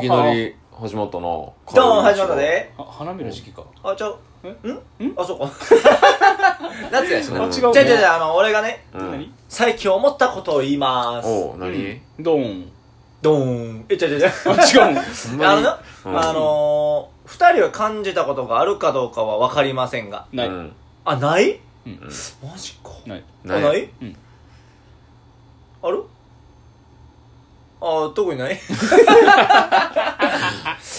きなり橋本のドーン始まったであ花見の時期かあちょえんあ そうか夏やしあな違うじゃじゃじゃあの俺がねうん何最近思ったことを言いまーすおう何ドーンドーンえちゃちゃちゃ あ違うのほんまあのにな、うんあのー、二人は感じたことがあるかどうかは分かりませんが。なういんあ、ないうんマジか。ないあ、なないいうんあるあ、特にない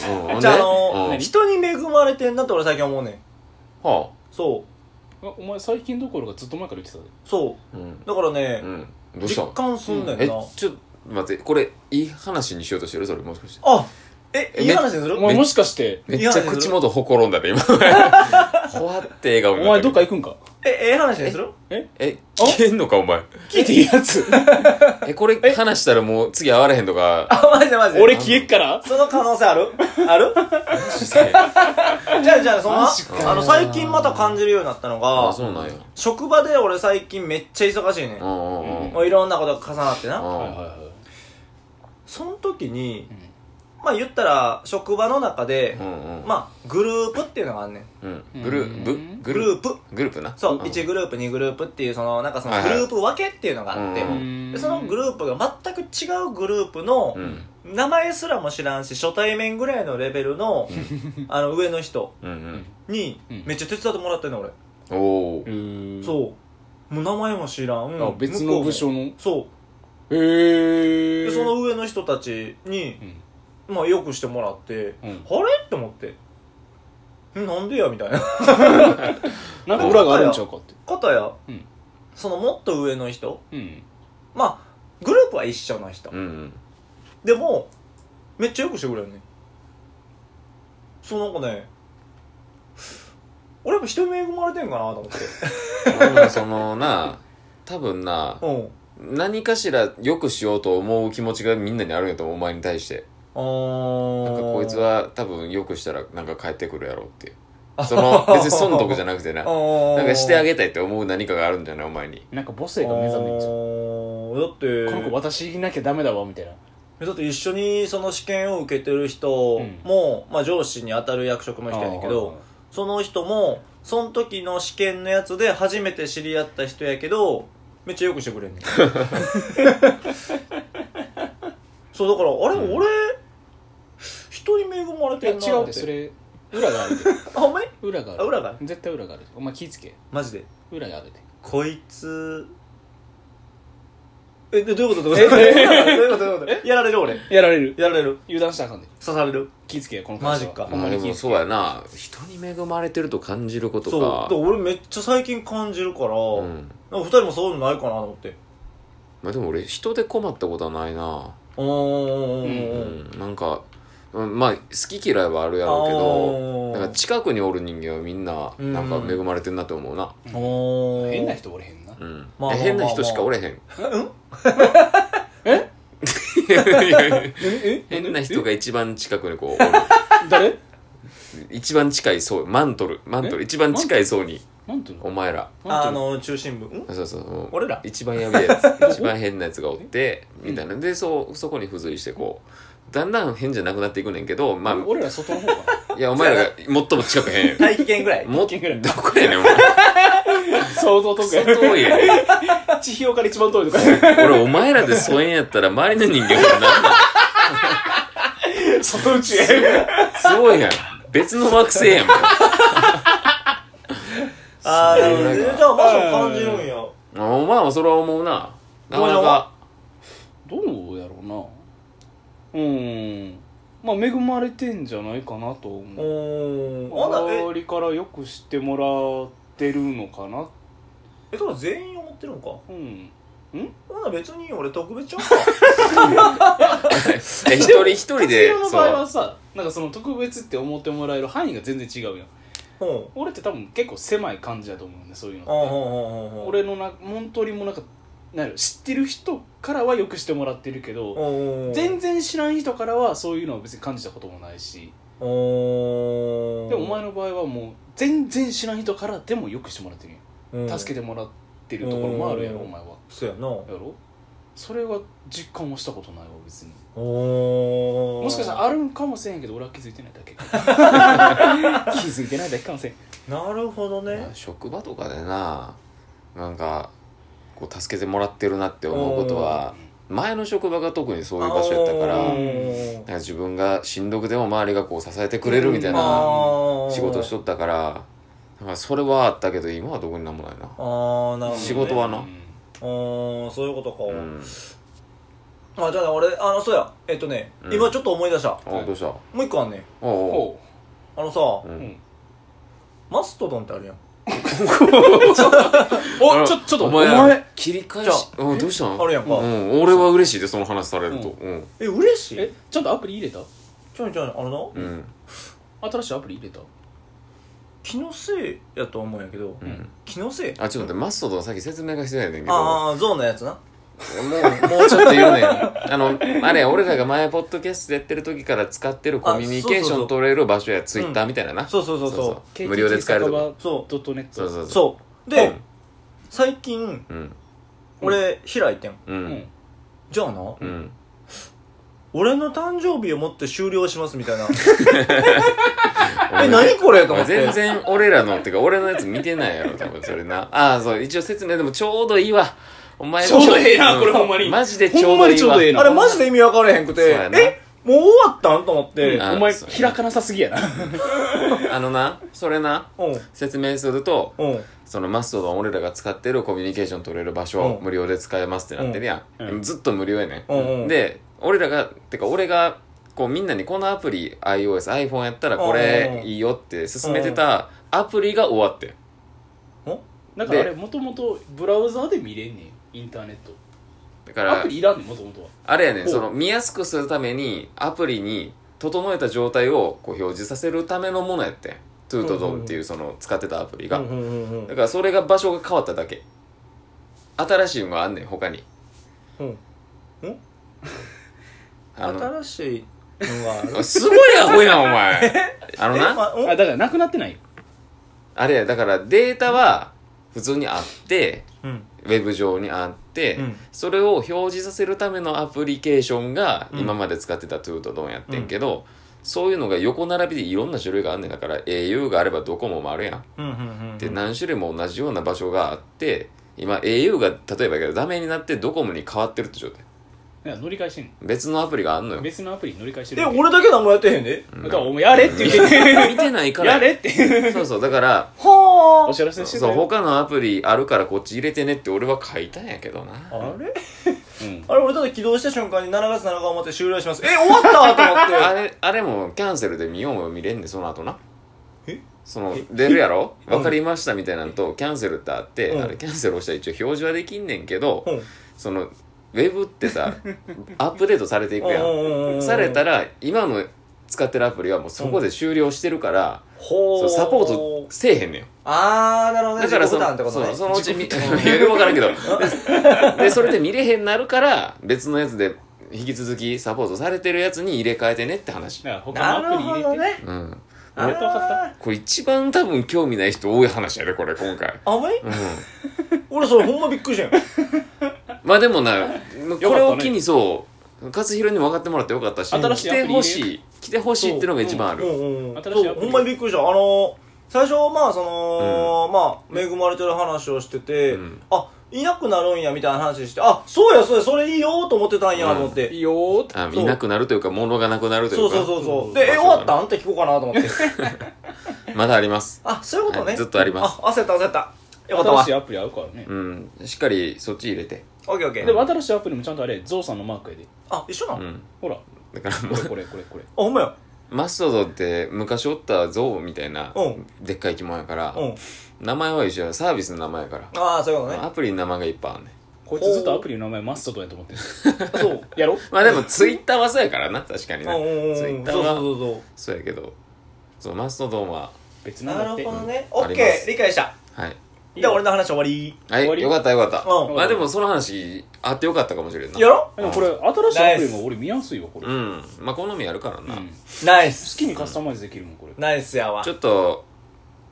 うんほんでじゃあ、あのうんー、人に恵まれてんなって俺最近思うねん。はそあお前最近どころかずっと前から言ってたでう。そあうんう。だからねう、んどうした実の感すんねんな。えちょっと待ってこれいい話にしようとしてるそれもしかしてあ、え、えいい話にするお前もしかしてめっちゃ口元ほころんだね今ほわって笑顔おにな前ったけどっか行くんかえ、ええ話にするえ聞けんのかお前聞いていいやつえこれ話したらもう次会われへんとかあ、マジでマジで。俺消えっからその可能性あ るあるじゃあじゃあ、そマジかの、よあの、最近また感じるようになったのが、あそうなんや職場で俺最近めっちゃ忙しいねうんうんうんうんもういろんなことが重なってなはいはいあはその時にい、まあ言ったら職場の中でう、んうんまあグループっていうのがあんねんうんグルーうんプグループグループなそう、ん1グループ2グループっていうそのなんかそのはいグはいループ分けっていうのがあって、うんうんでそのグループが全く違うグループのうん名前すらも知らんし初対面ぐらいのレベルのあの上の人うんうんにうんめっちゃ手伝ってもらってんの俺、おおうーんそうもう名前も知らんあ別の部署向このうもそうへえでその上の人たちにうんまあ、よくしてもらって、うあんれって思って。んなんでやみたいな。 なんか裏があるんちゃうかって方や、うんそのもっと上の人、うんまあ、グループは一緒の人。うんうんでも、めっちゃよくしてくれるね。そう、なんかね、俺やっぱ人に恵まれてんかなと思っ て。多分そのな多分なうん。何かしら良くしようと思う気持ちがみんなにあるんやと思うお前に対してあー。なんかこいつ、は多分良くしたらなんか帰ってくるやろうっていうその別に損 得じゃなくてななんかしてあてげたいって思う何かがあるんじゃないお前になんか母性が目覚めんちゃうだって、この子私いなきゃダメだわみたいなえだって一緒にその試験を受けてる人も、まあ、上司に当たる役職の人やねんけどその人もその時の試験のやつで初めて知り合った人やけどめっちゃよくしてくれんねんそうだからあれ、うん俺人に恵まれいやて違んなうっでてそれ裏があるであお前裏があある裏が絶対裏があるでお前気ぃつけマジで裏があるでこいつえでどういうことどういうことどういうことどういうことやられる俺やられるやられる油断したらあかんで刺される気ぃつけよこの感じはマジかほんままあでに気もぃつそうやな人に恵まれてると感じることそうだからか俺めっちゃ最近感じるから、んなんか二人もそういうのないかなと思ってまあでも俺人で困ったことはないなうんうんううんうんんなんかうんまあ好き嫌いはあるやろうけどなんか近くにおる人間はみんなうんなんか恵まれてんなと思うなけお変な人おれへんなうんまあまあまあまあえ変な人しかおれへん ええ変な人が一番近くにこ うおる誰一番近い層マントルマントル一番近い層になんていうおの前らあの中心部んそうそう俺ら一番やべ えやつ一番変なやつがおってみたいなでそうそこに付随してこうだんだん変じゃなくなっていくねんけどまあ俺ら外の方 かいやお前らが最も近く変や大気圏ぐらいもっと近くやどこやねん お前相当遠くクソや遠いやねん地表から一番遠いとか俺お前らで疎遠やったら周りの人間は何 な外宇宙へ のすごいやん別の惑星 やんもああなるほどねそうじゃあマジで感じるんやうお前はそれは思うななかなどうかどうやろうなうーんまあ恵まれてんじゃないかなとお思うーあんなえ周りからよく知ってもらってるのかなえだから全員思ってるのかうんほんな別に俺特別ちゃう かえ一人 一人での場合そはうさなんかその特別って思ってもらえる範囲が全然違うやんうんうん俺って多分結構狭い感じだと思うねそういうのってうんうんうん俺のな本当にもうなんかなんやろ知ってる人からはよくしてもらってるけどうん全然知らん人からはそういうのは別に感じたこともないしおーでもお前の場合はもう全然知らん人からでもよくしてもらってるやんうん助けてもらってるところもあるやろうんお前はそうやなやろそれは実感はしたことないわ別におーもしかしたらあるんかもしれんけど俺は気づいてないだけ 気づいてないだけかもしれんなるほどねまあ職場とかでななんかこう助けてもらってるなって思うことは前の職場が特にそういう場所やったからあなんーか自分がしんどくても周りがこう支えてくれるみたいなあー仕事しとったからなんかそれはあったけど今はどこになんもないなあーなるほど、ね、仕事はうなんあーそういうことか、うんあじゃあね俺あのそうやえっとね、うん今ちょっと思い出したあどうしたおうもう一個あんねんおうほあのさ、うううんんマストドンってあるやんおちょちょっとおお前前ら切り返しうんどうしたあんるやんか、うん俺は嬉しいでその話されるとうんえ嬉しいえちゃんとアプリ入れたちょいちょいあのうな、ん新しいアプリ入れた気のせいやと思うんやけど、うん気のせいあちょっと待ってマストとさっき説明が必要やねんけどああゾウのやつなもう、もうちょっと言うねん。あの、あれ、俺らが前、ポッドキャストやってる時から使ってるコミュニケーション取れる場所や、ツイッターみたいなな。そうそうそうそう無料で使えるとこ。そドットネットそうそうううそそうう。で、最近うん。俺開いてんうん。ううんん。じゃあな うん。俺の誕生日をもって終了しますみたいなえ何これとお思っ前て全然俺らの、ってか俺のやつ見てないやろ、多分それな。ああ、そう、一応説明でもちょうどいいわ。お前ちょうどええなこれほんまにマジでちょほうどいいんまにちょうわ。どええなあれマジで意味分からへんくてそうやなえもう終わったんと思って、うんあお前そう開かなさすぎやな あのな、それな、うん説明すると、うんそのマストドン俺らが使ってるコミュニケーション取れる場所うをん無料で使えますってなってるやん、うんずっと無料やね、うんうんで俺らがてか俺がこうみんなにこのアプリ iOSiPhone やったらこれいいよって勧めてたアプリが終わってんなんかあでれもともとブラウザーで見れんねんインターネットだかアらプリいらんねんもともとはあれやねほうその見やすくするためにアプリに整えた状態をこう表示させるためのものやってん t o t o d o っていうその使ってたアプリが、うんうんうんだからそれが場所が変わっただけ新しいのがあんねん他にうんあ新のしいのがあるすごいアホやん、お前。あのえな、まあうんあだからなくなってないよあれや、だからデータは普通にあって、うんウェブ上にあって、うんそれを表示させるためのアプリケーションが今まで使ってたトゥートドンやってんけど、そういうのが横並びでいろんな種類があんねんだから au があればドコモもあるやん。うんうんうんで、何種類も同じような場所があって、今 au が例えばやけどダメになってドコモに変わってるって状態。いや乗り換えしてん別のアプリがあんのよ。別のアプリに乗り換えしてるえ俺だけ何もやってへんでだからお前やれって言ってんねん 見てないから。 やれってそうそう、だから、はお知らせしてたそよう他のアプリあるからこっち入れてねって俺は書いたんやけどなああれうんあれ俺ただ起動した瞬間に7月7日をもって終了しますえ終わったと思ってあれあれもキャンセルで見ようも見れんでその後なえそのえ出るやろうん分かりましたみたいなのとキャンセルってあって、うんあれキャンセルをしたら一応表示はできんねんけど、うんそのウェブって さアップデートされていくやん、うんうんうんうんされたら今の使ってるアプリはもうそこで終了してるから、ほそううサポートせえへんねんよああなるほどねだからそ自己負担のってことそねうそのう自ち見己て負担分からんけど ででそれで見れへんなるから別のやつで引き続きサポートされてるやつに入れ替えてねって話だから他なのアるプリほ入どれてねうんあ俺と分かっこれ一番多分興味ない人多い話やでこれ今回あ甘いうん俺それほんまびっくりしたよまあでもなこれを機にそう勝弘にも分かってもらってよかったし新しい来アプリてねほしい来てほしいっていうのが一番あうるんうん新しいそアうプほんリまにびっくりしたあの最初まあそのまあ恵まれてる話をしててうんあいなくなるんやみたいな話してあそうやそうやそれいいよと思ってたんやと思ったていいよーってあそういなくなるというか物がなくなるといそううかそうそうそううでんえ終わったんって聞こうかなと思 ってまだありますあそういうことはねいずっとありますあ焦った焦ったよかった新わしいアプリ合うからねうんしっかりそっち入れてオッケーオッケでもー新しいアプリもちゃんとあれゾウさんのマークやであ一緒なうのあんほらだからこれこれこれこれほんまやマストドンって昔おったゾウみたいなうんでっかい生き物やからうん名前は一緒やサービスの名前やかああそういうことらねアプリの名前がいっぱいあんねんこいつずっとアプリの名前マストドンやと思ってる そうやろまあでもツイッターはそうやからな確かにうんうんうねんツイッターそうそはうそうそうそうやけどそうマストドンは別なんだなってるほどね。うんオあッりまケすー、理解した。はいいじいゃよあ俺の話終わり。は終わりいよかったよかったうんまあでもその話あってよかったかもしれんないやろでもこれ新しいアプリも俺見やすいわこれ、うんまあ好みあるからなうん好ナイス。きにカスタマイズできるもんこれナイスやわちょ。っと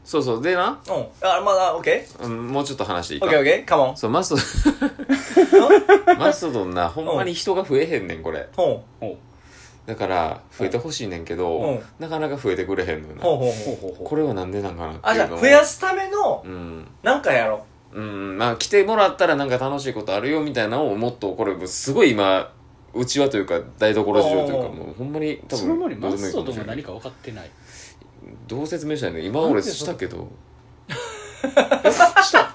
そうそうでな、うん。あ、まだ、オッケうん、もうちょっと話していいーオかッケーオッケーカモン。そうマスド マストドンなほんまに人が増えへんねんこれほほうだから増えてほしいねんけうどんなかなか増えてくれへんのよなう。ほうほうほほうう。ほうほうこれはなんでなんかなってあ、じいゃうのあ、を増やすための、うんなんかやろうんまあ来てもらったらなんか楽しいことあるよみたいなのをもっとこれすごい今うちはというか台所事情というかおーもうほんまに多分その前にどうマでもいスいトかドもンしがれない何か分かってないどう説明したいの今俺したけどした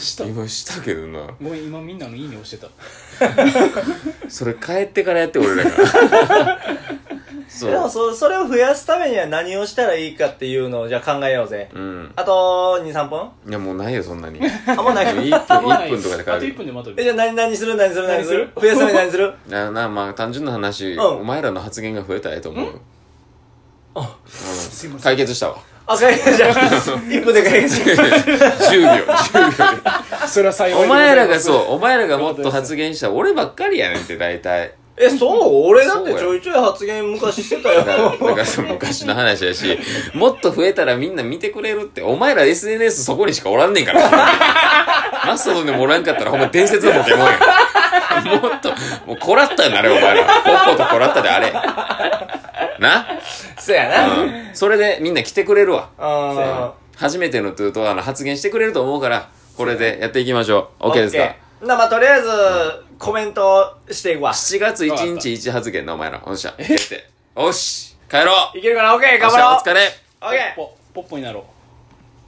した今したけどなごめん今みんなのいいね押してたそれ帰ってからやって俺らが う。そでも、うそ、それを増やすためには何をしたらいいかっていうのを、じゃあ考えようぜ。うんあと、2、3分いやもうないよそ んなに。あ、もうないか1分ない1分とかであと帰1る分で待とうえ、じゃあ何、何する何する何する何する増やすために何するななまあ単純な話、うんお前らの発言が増えたらええと思うよすいうんません解決したわ あ、解決じゃあ、1分で解決。 10秒10秒でそれは幸いおでござ前いらまがすそうお前らがもっと発言した俺ばっかりやねんって大体え、そう俺だっそうてやちょいちょい発言昔してただからよだ。からその昔の話やしもっと増えたらみんな見てくれるってお前ら SNS そこにしかおらんねんからマストドンでもおら んかったらほんま伝説のポケモンやもっともうこらったんだれお前らポッポとこらったであれなそうやな。うん。うんそれでみんな来てくれるわ。あ初めてのトゥーとあの発言してくれると思うから、これでやっていきましょーう。OK ですオかッケーな、まあ、とりあえず、コメントしていくわ。 ?7 月1日1発言な、お前ら。おっしゃ。やって。おっし帰ろういけるかなオッケー明頑日張ろうお疲れオッケーポッポポッポになろう